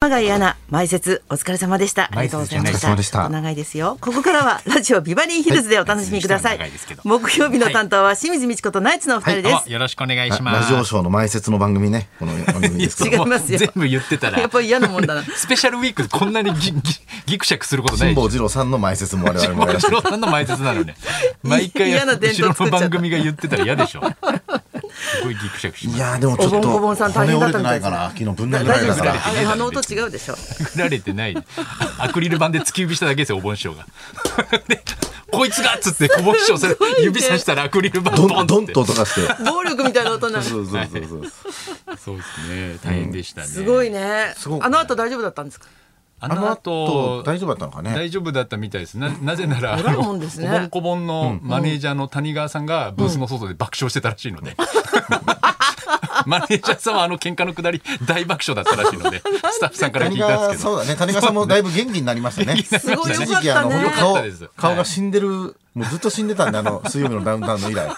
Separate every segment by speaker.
Speaker 1: 永井アナ、前説お疲れ様でした。ありがとうございました。
Speaker 2: お疲れ様でした。。
Speaker 1: 長いですよ。ここからはラジオビバリーヒルズでお楽しみください。はい、木曜日の担当は清水美智子とナイツのお二人です、はい、
Speaker 3: よろしくお願いします
Speaker 2: ラジオショーの前説の番組ね。この番組です
Speaker 1: 違いますよ。
Speaker 3: 全部言ってたら。
Speaker 1: やっぱり嫌なもんだな。
Speaker 3: スペシャルウィークこんなにぎぎぎくしゃくすることない。
Speaker 2: 辛坊治郎さんの前説も我々も
Speaker 3: やらせて。さんの前説 なのね。毎回
Speaker 1: 嫌な伝
Speaker 3: 統後ろの番組が言ってたら嫌でしょ。す ごいギクシャクし
Speaker 2: いやでもちょっと
Speaker 1: お盆さん大変だったみたい
Speaker 2: です昨日ぶん殴られたから
Speaker 1: あの音違うでしょ
Speaker 3: 殴られてないアクリル板で突き指しただけですよお盆師匠が こいつがっつって小盆師匠それ指さしたらアクリル板
Speaker 2: ドンドンと音がして
Speaker 1: 暴力みたいな音
Speaker 2: な そうそうそうそう、はい、
Speaker 3: そうですね大変でしたね、うん、
Speaker 1: すごいねあの後大丈夫だったんですか
Speaker 3: あの後
Speaker 2: 大丈夫だったのかね
Speaker 3: 大丈夫だったみたいですななぜなら
Speaker 1: おぼんです、ね、
Speaker 3: んこぼんのマネージャーの谷川さんがブースの外で爆笑してたらしいの で、マネージャーさんはあの喧嘩のくだり大爆笑だったらしいのでスタッフさんから聞いたんですけど
Speaker 2: そうだね谷川さんもだいぶ元気になりましたね
Speaker 1: すごいよかったね
Speaker 2: 顔顔が死んでるもうずっと死んでたんであの水曜日のダウンタウンの以来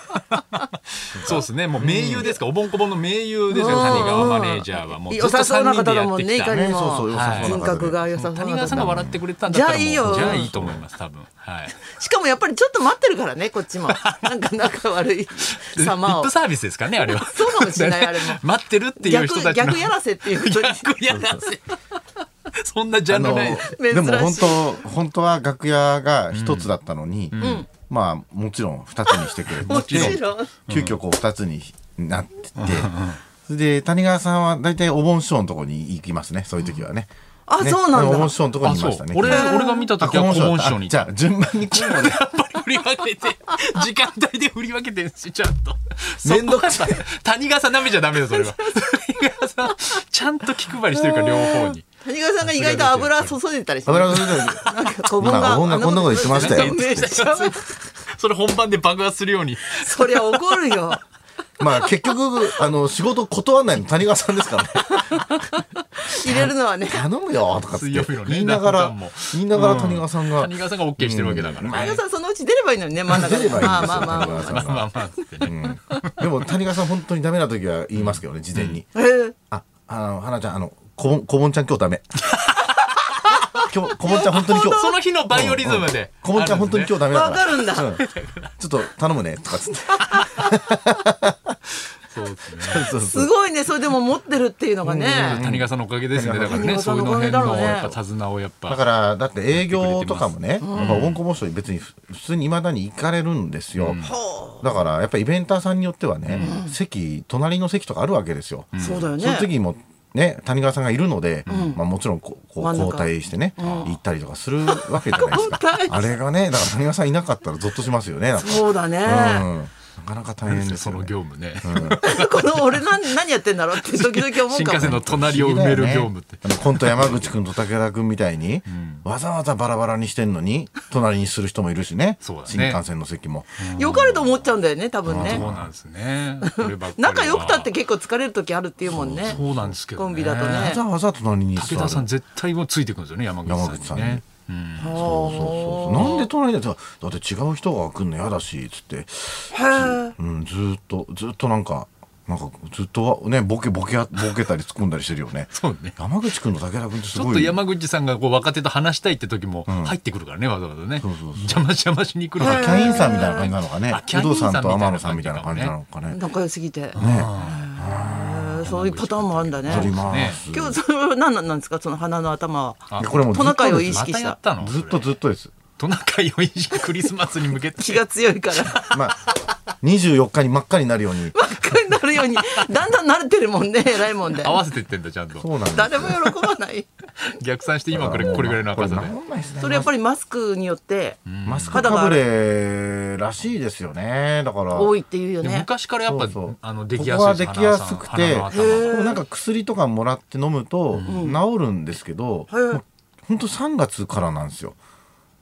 Speaker 3: そうですねもう盟友ですか、うん、おぼんこぼんの盟友ですよ谷川マネージャーはもうずっと3人でやってきた、
Speaker 1: ね、そうそう人格が良さそう
Speaker 3: 谷川さんが笑ってくれたんだったらじゃあいいよじゃあいいと思います多分はい、
Speaker 1: しかもやっぱりちょっと待ってるからねこっちもなんか仲悪い様
Speaker 3: をリップサービスですかねあれは
Speaker 1: そうかもしれない、あれも
Speaker 3: 待ってるっていう人たち
Speaker 1: 逆やらせっていうこと
Speaker 3: 逆やらせそんなジャンルない
Speaker 2: でも本当本当は楽屋が一つだったのに、うんうん、まあもちろん二つにしてくれて
Speaker 1: もちろん
Speaker 2: 急遽こう二つになってて、それで谷川さんは大体お盆師匠のところに行きますねそういう時はね、うん
Speaker 1: あ、ね、そうなんだ。
Speaker 2: 本師匠のとこにいましたね。
Speaker 3: 俺、俺が見た時は本師匠に。
Speaker 2: じゃあ、順番に
Speaker 3: こうね。やっぱり振り分けて、時間帯で振り分けてんし、ちゃんと。
Speaker 2: めんどくさい。
Speaker 3: 谷川さん舐めちゃダメだ、それは。谷川さん、ちゃんと気配りしてるから、両方に。
Speaker 1: 谷川さんが意外と油注いでたりして。油
Speaker 2: 注いでたり。なんか、こんな、こんなこと言ってましたよ。
Speaker 3: それ本番で爆発するように。
Speaker 1: そりゃ怒るよ。
Speaker 2: まあ結局あの仕事断らないの谷川さんですからね。
Speaker 1: 入れるのはね。
Speaker 2: 頼むよとかって言いながら、ね、言いながら谷川さんが、うん、
Speaker 3: 谷川さんが OK してるわけだから、ね。
Speaker 1: 谷川さんそのうち出ればいいのにね真ん中
Speaker 2: 出ればいいんですよ。
Speaker 1: まあまあまあまあまあま
Speaker 2: あ、ねうん。でも谷川さん本当にダメな時は言いますけどね事前に。
Speaker 1: うん、
Speaker 2: ああの花ちゃんあのこぼんこぼんちゃん今日ダメ。 今日、こぼんちゃん本当に今日。
Speaker 3: その日のバイオリズムで。
Speaker 2: こぼんちゃん本当に今日ダメだ
Speaker 1: から。わかるんだ。
Speaker 2: ちょっと頼むね、とかつって。
Speaker 1: すごいね、それでも持ってるっていうのがね。
Speaker 3: 谷川さんのおかげですね、だからね、そういうの辺のやっぱ手綱をやっぱ。
Speaker 2: だから、だって営業とかもね、おぼんこぼん賞に別に普通にいまだに行かれるんですよ。だから、やっぱイベンターさんによってはね、席、隣の席とかあるわけですよ。
Speaker 1: そうだよね。
Speaker 2: その時もね、谷川さんがいるので、うん、まあ、もちろんここう交代してね、うん、行ったりとかするわけじゃないですか あれがねだから谷川さんいなかったらぞっとしますよね
Speaker 1: そうだね、うん
Speaker 2: なかなか大変です、ね、
Speaker 3: その業務ね。
Speaker 1: うん、この俺な何やってんだろうっ て時々思う
Speaker 3: 新幹線の隣を埋める業務って。
Speaker 2: ね、コント山口君と武田君みたいに、うん、わざわざバラバラにしてんのに隣にする人もいるしね。
Speaker 3: そうだ
Speaker 2: ね新幹線の席も。
Speaker 1: よかれと思っちゃうんだよね多分ね。
Speaker 3: そうなんですね。
Speaker 1: 仲良くたって結構疲れる時あるっていうもんね。
Speaker 3: そうなんですけど、
Speaker 1: ね、コンビだとね。
Speaker 2: わざわざ隣に
Speaker 3: 武田さん絶対もついてくんですよね山口さんにね。
Speaker 2: うん、そうそうそうなんで隣でだって違う人が来るの嫌だしっつってうん、ずっとずっとなんかなんかずっとねボケボケボケたり突っ込んだりしてるよね
Speaker 3: そうね
Speaker 2: 山口君の武田君ってすご
Speaker 3: いちょっと山口さんがこう若手と話したいって時も入ってくるからね、うん、わざわざねそうそう邪魔邪魔しに来るキ
Speaker 2: ャインさんみたいな感じなのかね有働さんと天野さんみたいな感じなのかね
Speaker 1: 仲良すぎてねそういうパターンもあるんだね。
Speaker 2: 今
Speaker 1: 日それは何なんですかその鼻の頭は。
Speaker 2: これも
Speaker 1: トナカイを意識した。
Speaker 3: ま、た
Speaker 2: ずっとずっとです。
Speaker 3: トナカイを意識クリスマスに向けて
Speaker 1: 気が強いから
Speaker 2: まあ24日に真っ赤になるように
Speaker 1: 真っ赤になるようにだんだん慣れてるもんね偉いもんで
Speaker 3: 合わせてってんだちゃんと
Speaker 2: そうなん
Speaker 1: 誰も喜ばない
Speaker 3: 逆算して今これこれぐらいの赤さで
Speaker 1: それやっぱりマスクによって
Speaker 2: マスクかぶれらしいですよねだから
Speaker 1: 多いっていうよね
Speaker 3: 昔からやっぱそうあの
Speaker 2: で
Speaker 3: き
Speaker 2: やすくてなんか薬とかもらって飲むと治るんですけど本当3月からなんですよ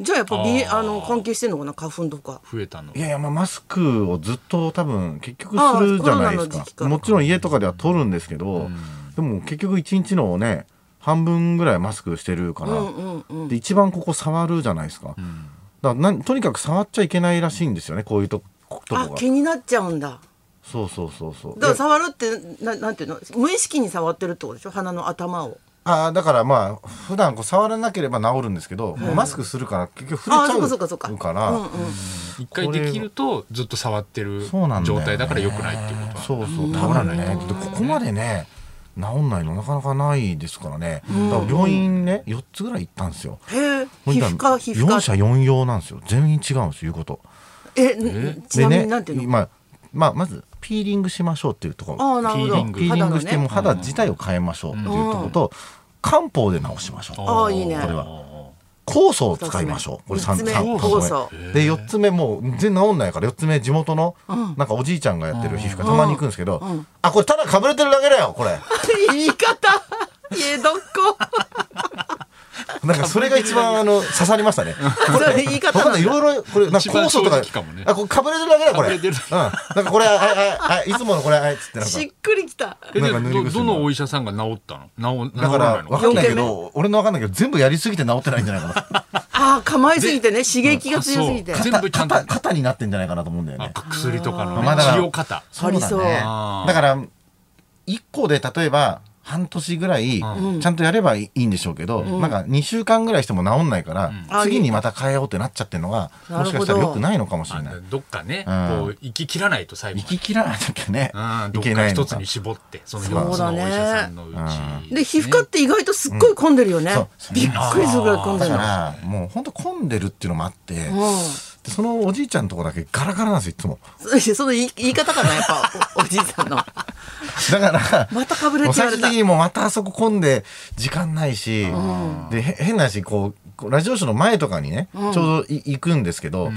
Speaker 1: じゃあやっぱりあの関係してんのかな花粉とか
Speaker 3: 増えたの
Speaker 2: いやいやまあマスクをずっと多分結局するじゃないですかもちろん家とかでは取るんですけど、うん、でも結局一日のね半分ぐらいマスクしてるから、で一番ここ触るじゃないですか,、うん、だからなとにかく触っちゃいけないらしいんですよねこういうとことこ
Speaker 1: が気になっちゃうんだ
Speaker 2: そうそうそうそ
Speaker 1: だ
Speaker 2: う
Speaker 1: から触るってななんていうの無意識に触ってるってことでしょ鼻の頭を
Speaker 2: ああだからまあ普段こう触らなければ治るんですけど、もうマスクするから結局触れちゃう
Speaker 1: あーそうかそうかそうか
Speaker 2: から
Speaker 1: うんうん
Speaker 3: 一回できるとずっと触ってる
Speaker 2: そうなんだよ
Speaker 3: 状
Speaker 2: ね
Speaker 3: 態だから良くないっていうこと
Speaker 2: そうそう
Speaker 3: 治らない
Speaker 2: ね
Speaker 3: と
Speaker 2: でここまでね治んないのなかなかないですからね、だから病院ね4つぐらい行ったんですよ
Speaker 1: へえ皮膚科皮膚
Speaker 2: 4
Speaker 1: 科
Speaker 2: 社4用なんですよ全員違うんですよ言うこと
Speaker 1: えちなみになんていうの
Speaker 2: 今、まあ、まずピーリングしましょうっていうところ
Speaker 1: ああなるほ
Speaker 3: ピー
Speaker 1: ど
Speaker 3: リング
Speaker 2: ピーリングして
Speaker 1: 肌のね
Speaker 2: も肌自体を変えましょうっていうところと、漢方で治しましょう
Speaker 1: ああいいね
Speaker 2: これは酵素を使いましょう。これ三
Speaker 1: 三つ目
Speaker 2: 三
Speaker 1: 酵
Speaker 2: 三
Speaker 1: 素
Speaker 2: つ目で四つ目もう全然治んないから四つ目地元のなんかおじいちゃんがやってる皮膚科たまに行くんですけど、あこれただかぶれてるだけだよこれ。
Speaker 1: 言い方家どっこ
Speaker 2: なんかそれが一番あの刺さり ましたね。こ
Speaker 1: それ言い方
Speaker 2: わ
Speaker 1: な
Speaker 2: かん
Speaker 1: ん
Speaker 2: な
Speaker 1: だ
Speaker 2: いいろいろこれなんか
Speaker 3: 一番
Speaker 2: 酵素とか
Speaker 3: 正直かもね
Speaker 2: あこれかぶれてるだけだよこ
Speaker 3: 被
Speaker 2: れ。う
Speaker 3: れ
Speaker 2: ん
Speaker 3: てる
Speaker 2: なんかこれはいはいはいいつものこれはいっつってなん か
Speaker 1: しっくりきた
Speaker 3: え
Speaker 2: な
Speaker 3: で
Speaker 2: んか塗り薬
Speaker 3: どどのお医者さんが治ったの治治
Speaker 2: だから
Speaker 3: ない
Speaker 2: ら
Speaker 3: の
Speaker 2: わかんないけ
Speaker 1: 四
Speaker 2: ど俺のわかんないけど全部やりすぎて治ってないんじゃないか な。
Speaker 1: ああ構えすぎてね刺激が強すぎて
Speaker 3: あそう全部ちゃんと
Speaker 2: 肩肩になってんじゃないかなと思うんだよね
Speaker 3: あ。薬とかのね
Speaker 2: まあだから
Speaker 3: 治療方
Speaker 1: ありそう
Speaker 2: だね
Speaker 3: あー
Speaker 2: だから1個で例えば半年ぐらいちゃんとやればいいんでしょうけど、なんか2週間ぐらいしても治んないから、
Speaker 1: うん
Speaker 2: 次にまた変えようってなっちゃってるのが
Speaker 1: な
Speaker 2: も
Speaker 1: るほど
Speaker 2: しかしたら良くないのかもしれない
Speaker 3: あ。どっかね
Speaker 2: うん
Speaker 3: こう行き切らないと最後
Speaker 2: 行
Speaker 3: まで
Speaker 2: ききらないときね
Speaker 3: うん、
Speaker 2: い
Speaker 3: どっ
Speaker 2: け
Speaker 3: か
Speaker 2: ない
Speaker 3: 一
Speaker 2: の
Speaker 3: つ
Speaker 2: か
Speaker 3: に。絞ってその
Speaker 1: そ
Speaker 3: 4
Speaker 1: う
Speaker 3: つ
Speaker 1: だ
Speaker 3: のお
Speaker 1: ね
Speaker 3: 医者さんのうち
Speaker 1: で皮膚科って意外とすっごい混んでるよね
Speaker 2: うんそう
Speaker 1: びっくりするぐらい混んで
Speaker 2: だ
Speaker 1: るの
Speaker 2: からもう本当混んでるっていうのもあって、
Speaker 1: うん
Speaker 2: でそのおじいちゃんのとこだけガラガラなんですよいつも
Speaker 1: そその言い言い方かなやっ ぱおおじいさんの
Speaker 2: だから
Speaker 1: またかぶれて
Speaker 2: も
Speaker 1: 言わ
Speaker 2: う最
Speaker 1: れ
Speaker 2: 終
Speaker 1: た
Speaker 2: 的にもうまたあそこ混んで時間ないし、でへ変な話こうこうラジオショーの前とかにね、ちょうどい行くんですけど、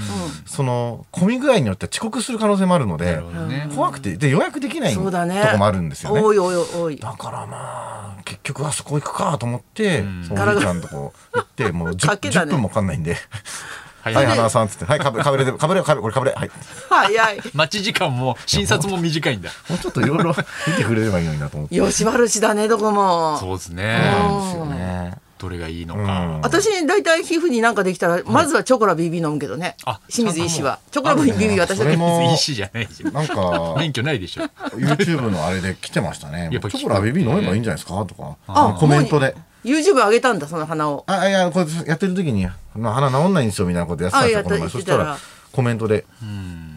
Speaker 2: その混み具合によっては遅刻する可能性もあるので
Speaker 3: なるほどね
Speaker 2: 怖くてで予約できない
Speaker 1: そうだね
Speaker 2: とこもあるんですよね。
Speaker 1: 多い多い多い
Speaker 2: だからまあ結局あそこ行くかと思って、その
Speaker 1: ガラ
Speaker 2: お
Speaker 1: ガ
Speaker 2: じ
Speaker 1: ラ
Speaker 2: いちゃんのとこ行ってもう
Speaker 1: 賭
Speaker 2: 10,
Speaker 1: けだね
Speaker 2: 10分もかかんないんで「はい
Speaker 3: 早い
Speaker 2: 花輪さん」っつって「はいかぶかぶれてかぶれかぶれこれかぶれはい」
Speaker 1: 早い
Speaker 3: 待ち時間も診察も短いんだ
Speaker 2: もうちょっといろいろ見てくれればいいのになと思って。
Speaker 1: よしばるしだねどこも
Speaker 3: そうです
Speaker 2: な
Speaker 3: ね
Speaker 2: んですよね。
Speaker 3: どれがいいの
Speaker 2: う
Speaker 3: か
Speaker 2: ん
Speaker 1: 私大体皮膚になんかできたらまずはチョコラ BB 飲むけどね
Speaker 3: あ
Speaker 1: 清水医師はチョコラ BB 私だ
Speaker 2: それ
Speaker 1: け
Speaker 2: も
Speaker 3: 医師じゃないし
Speaker 2: なんか
Speaker 3: 免許ないでしょ
Speaker 2: YouTube のあれで来てましたね。
Speaker 3: やっぱ
Speaker 2: チョコラベビー飲めばいいんじゃないですかとか、
Speaker 1: あ
Speaker 2: コメントで。
Speaker 1: YouTube 上げたんだその花を
Speaker 2: あ、いや、これやってる時に、まあ鼻治んないんですよみたいなことやってたんです
Speaker 1: あ
Speaker 2: よ、
Speaker 1: いや
Speaker 2: この前。
Speaker 1: 言
Speaker 2: そ
Speaker 1: っ
Speaker 2: して
Speaker 1: た
Speaker 2: た
Speaker 1: ら
Speaker 2: ら、コメントで、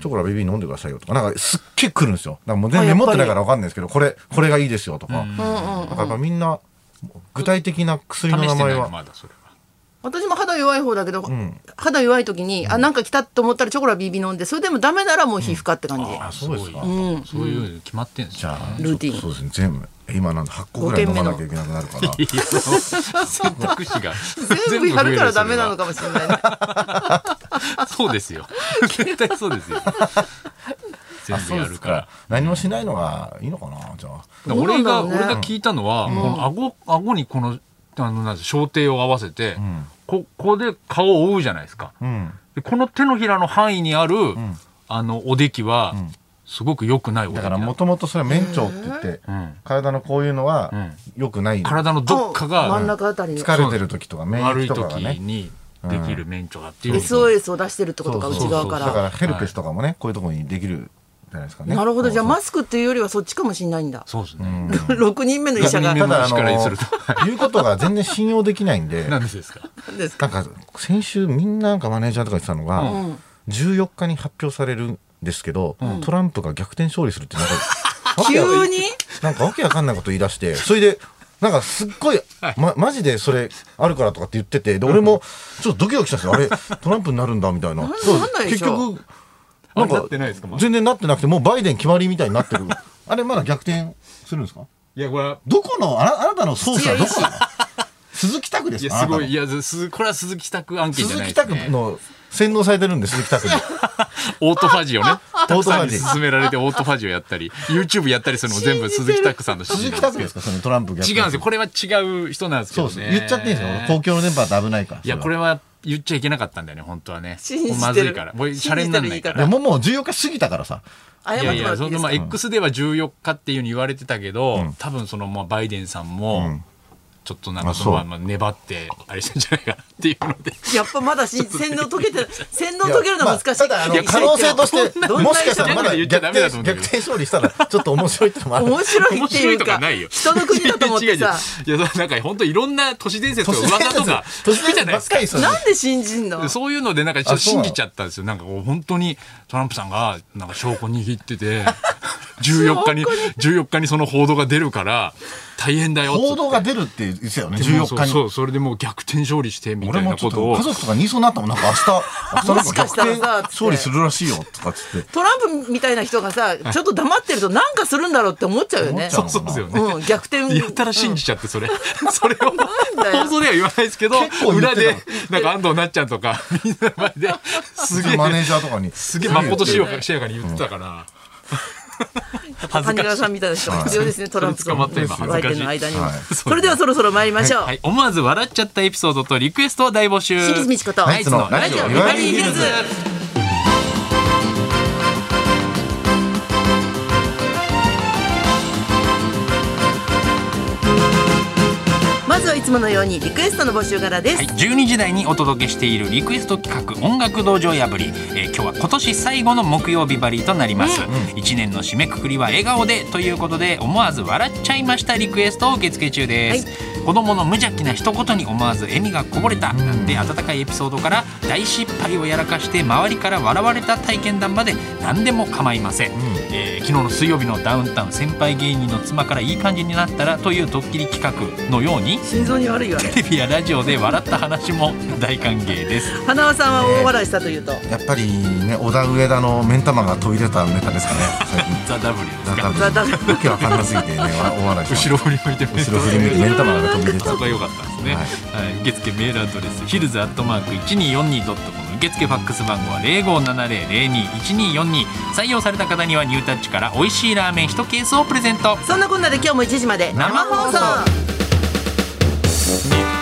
Speaker 2: チョコラベビー飲んでくださいよとか、なんかすっげえ来るんですよ。なんかもう全
Speaker 1: あ
Speaker 2: 然
Speaker 1: やっ
Speaker 2: メ
Speaker 1: ぱり
Speaker 2: モってないからわかんないですけど、これ、これがいいですよとか。なん
Speaker 1: うんうん
Speaker 2: かやっぱみんな、具体的な
Speaker 3: 試
Speaker 2: 薬の名
Speaker 3: してな
Speaker 2: 前
Speaker 3: いの
Speaker 2: は。
Speaker 3: まだそれは
Speaker 1: 私も肌弱い方だけど、肌弱い時にあなんか来たと思ったらチョコラ BB 飲んでそれでもダメならもう皮膚科って感じ、
Speaker 2: あ、そうですか。
Speaker 3: うんそういうの決まってんじ
Speaker 2: じ
Speaker 3: ゃん
Speaker 2: ゃあ、
Speaker 1: ルーティン
Speaker 2: ちょっとそうですね、全部。今なんで8個ぐらい飲まなきゃいけなくなるから。
Speaker 3: いや選択肢 が
Speaker 1: 全部やるからダメなのかもしれないね
Speaker 3: そうで すよ絶対そうですよ全
Speaker 2: あ
Speaker 3: 部
Speaker 2: そう
Speaker 3: や
Speaker 2: で
Speaker 3: る
Speaker 2: す
Speaker 3: から
Speaker 2: か。何もしないのがいいのかな、じゃあ。
Speaker 1: どうな
Speaker 3: 俺
Speaker 1: んだろ
Speaker 3: が、
Speaker 1: うね
Speaker 3: 俺が聞いたのは、この顎、顎にこの、あの、なんて、小手を合わせて、ここで顔を覆うじゃないですか。
Speaker 2: うん。
Speaker 3: でこの手のひらの範囲にある、あの、おできは、すごく良くないおで
Speaker 2: だ
Speaker 3: き
Speaker 2: か
Speaker 3: だ
Speaker 2: らもともとそれは免腸って言って、
Speaker 3: ん
Speaker 2: 体のこういうのは良くない、
Speaker 3: 体のどっかが、
Speaker 1: 真ん中あたりに
Speaker 2: 疲れてる時とか免
Speaker 3: 悪
Speaker 2: 疫
Speaker 3: い
Speaker 2: とか
Speaker 3: 時
Speaker 2: がね
Speaker 3: にできる免除だっていう。
Speaker 1: SOS を出してるってことか
Speaker 2: そう
Speaker 3: そう
Speaker 1: 内側か
Speaker 2: だ
Speaker 1: ら
Speaker 2: からヘルペスとかもね、こういうところにできるじゃないですかね
Speaker 1: なるほどじゃあ
Speaker 2: そう
Speaker 1: マスクっていうよりはそっちかもしれないんだ
Speaker 3: そうですね。
Speaker 1: 6人目の医者が
Speaker 3: 六人目
Speaker 2: ただあ
Speaker 3: 目の力にすると
Speaker 2: の言うことが全然信用できないんで
Speaker 3: なんでですか
Speaker 1: なんですか
Speaker 2: なんか先週みんななんかマネージャーとか言ってたのが、
Speaker 3: う
Speaker 2: 14日に発表されるんですけど、トランプが逆転勝利するってなんかわけわ
Speaker 1: 急に
Speaker 2: なんかわけわかんないこと言い出して、それで、なんかすっごい、ま、マジでそれあるからとかって言ってて、で、俺もちょっとドキドキしたんですよ。あれ、トランプになるんだみた いな。
Speaker 1: ん
Speaker 2: そう
Speaker 1: なんないでし
Speaker 2: 結
Speaker 1: ょ
Speaker 2: 局、
Speaker 3: あ
Speaker 2: なん
Speaker 3: な
Speaker 2: か
Speaker 3: ってないですかまだ
Speaker 2: 全然なってなくて、もうバイデン決まりみたいになってる。あれ、まだ逆転するんですか
Speaker 3: いや、これは、
Speaker 2: どこの、あなあなたのソースはどこなの鈴木拓で
Speaker 3: い
Speaker 2: す
Speaker 3: や、
Speaker 2: か
Speaker 3: すご
Speaker 2: あなたの
Speaker 3: い、いや、すこれは鈴木拓案件じゃ
Speaker 2: 鈴
Speaker 3: ない
Speaker 2: 木
Speaker 3: です
Speaker 2: 拓
Speaker 3: ね。
Speaker 2: の洗脳されてるんで、鈴木 拓に。
Speaker 3: オートファジ をね、たくさんに
Speaker 2: オートファジ
Speaker 3: 勧められてオートファジをやったり、YouTube やったりするのも全部鈴木拓さんの指
Speaker 2: 鈴
Speaker 3: 示
Speaker 2: 木
Speaker 3: なん
Speaker 2: 拓
Speaker 3: で
Speaker 2: ですすかそのトランプ逆
Speaker 3: けど。
Speaker 2: 転。
Speaker 3: 違うんですよ。これは違う人なんですけ
Speaker 2: そ
Speaker 3: ど
Speaker 2: う
Speaker 3: ね。
Speaker 2: です。言っちゃっていいんですよ。公共の電波だと危ないから。
Speaker 3: いや、これは言っちゃいけなかったんだよね、本当はね。
Speaker 1: 信じてる
Speaker 3: もうまずいから。もうシャレにならないか
Speaker 2: いや
Speaker 3: ら。
Speaker 2: もうもう14日過ぎたからさ。
Speaker 1: 謝っ
Speaker 3: い
Speaker 1: て
Speaker 3: や
Speaker 1: も
Speaker 3: い
Speaker 1: ら
Speaker 3: や、
Speaker 1: ってい
Speaker 3: そ
Speaker 1: いです
Speaker 3: のまあ
Speaker 1: か
Speaker 3: X では14日っていうふうに言われてたけど、多分そのまあバイデンさんも、ちょっとなんかそのまま粘ってあれしたんじゃないかなっていうので
Speaker 1: やっぱまだし洗脳解けて洗脳解けるのは難しい。
Speaker 2: いやまあただあの可能性として
Speaker 1: どんな
Speaker 2: もしかしたらまだ
Speaker 3: 言っちゃダ
Speaker 2: 逆
Speaker 3: メだ
Speaker 2: 転
Speaker 3: と思うんだ
Speaker 2: 逆
Speaker 3: けど
Speaker 2: 転勝利したらちょっと面白いってのもある。
Speaker 1: 面白い
Speaker 3: 面
Speaker 1: って
Speaker 3: 白
Speaker 1: い
Speaker 3: いうとか
Speaker 1: か
Speaker 3: ないよ
Speaker 1: 人の国だと思ってさ
Speaker 3: 違う違う いやなんか本当いろんな都市伝説とか
Speaker 2: 都市伝
Speaker 3: 噂
Speaker 2: 説
Speaker 3: とか
Speaker 2: 都市
Speaker 3: 聞く
Speaker 2: 伝
Speaker 3: じゃない
Speaker 2: 説ば
Speaker 3: で
Speaker 2: っ
Speaker 3: す
Speaker 2: か
Speaker 3: か
Speaker 2: りです よね
Speaker 1: なんで信じんの
Speaker 3: でそういうのでなんかちょっ
Speaker 2: あ
Speaker 3: と
Speaker 2: そう
Speaker 3: 信
Speaker 2: なの
Speaker 3: じちゃったんですよなんかこう本当にトランプさんがなんか証拠握ってて14日に14日にその報道が出るから大変だよっつって
Speaker 2: 報道が出るって言ってたよね14日
Speaker 3: そうそう
Speaker 2: に。
Speaker 3: それでもう逆転勝利してみた
Speaker 2: 俺
Speaker 3: い
Speaker 2: も
Speaker 3: な
Speaker 2: ち
Speaker 3: こ
Speaker 2: ょっ
Speaker 3: と
Speaker 2: と
Speaker 3: を
Speaker 2: 家族とかに言いそうになったもんなんか明日明日なんか
Speaker 1: もしか
Speaker 2: 逆
Speaker 1: したら
Speaker 2: 転
Speaker 1: さ
Speaker 2: 勝利するらしいよとかっつって。
Speaker 1: トランプみたいな人がさちょっと黙ってるとなんかするんだろうって思っちゃうよ
Speaker 2: 思
Speaker 1: ね
Speaker 2: っちゃう
Speaker 3: そうそうですよね、
Speaker 1: うん逆転
Speaker 3: やったら信じちゃって それ、それを
Speaker 1: だよ
Speaker 3: 放送では言わないですけど
Speaker 2: 結構言っ
Speaker 3: 裏
Speaker 2: てた
Speaker 3: でなんか安藤なっちゃんとかみんなの前 ですげえ
Speaker 2: マネージャーとかに。
Speaker 3: すげえまことしやかしやかに言ってたから、恥ず
Speaker 1: 谷
Speaker 3: か
Speaker 1: 川
Speaker 3: し
Speaker 1: さん
Speaker 3: い
Speaker 1: みたいな人が必要ですね、トランプと
Speaker 3: 捕まった今
Speaker 1: 相手の間にも、
Speaker 2: はい
Speaker 1: それではそろそろ参りましょう、
Speaker 3: はい、思わず笑っちゃったエピソードとリクエストを大募集
Speaker 1: 清水ミチコと
Speaker 3: ナイツの
Speaker 2: ナ
Speaker 3: ラ
Speaker 2: イ
Speaker 3: ジ
Speaker 2: ツの
Speaker 3: オ
Speaker 2: ラ
Speaker 3: ビ
Speaker 2: ジオ
Speaker 3: バリーヒルズ
Speaker 1: まずはいつものようにリクエストの募集からです、
Speaker 3: はい、12時台にお届けしているリクエスト企画「音楽道場破り」えー今日は今年最後の木曜日バリーとなります、一年の締めくくりは笑顔でということで思わず笑っちゃいましたリクエストを受付中です、子供の無邪気な一言に思わず笑みがこぼれたなんて温かいエピソードから大失敗をやらかして周りから笑われた体験談まで何でも構いません、えー昨日の水曜日のダウンタウン先輩芸人の妻からいい感じになったらというドッキリ企画のように
Speaker 1: 心臓に悪いわね
Speaker 3: テレビやラジオで笑った話も大歓迎です。
Speaker 1: 花輪さんは大笑いしたというと、
Speaker 2: やっぱりね小田上田の目ん玉が飛び出たネタですかね最近。
Speaker 3: ザ・ W ですか。
Speaker 2: だだわけわかんなすぎてねわお笑いし
Speaker 3: 後ろ振り向いてみる
Speaker 2: 後ろ振り向いて目ん玉が飛び出た
Speaker 3: そこが良かったですね。
Speaker 2: はい
Speaker 3: はい、受付メールアドレスヒルズアットマーク一二四二ドットコム。受付ファックス番号は零五七零零二一二四二。採用された方にはニュータッチから美味しいラーメン一ケースをプレゼント。
Speaker 1: そんなこんなで今日も1時まで
Speaker 3: 生
Speaker 1: 生
Speaker 3: 放
Speaker 1: 放
Speaker 3: 送
Speaker 1: 送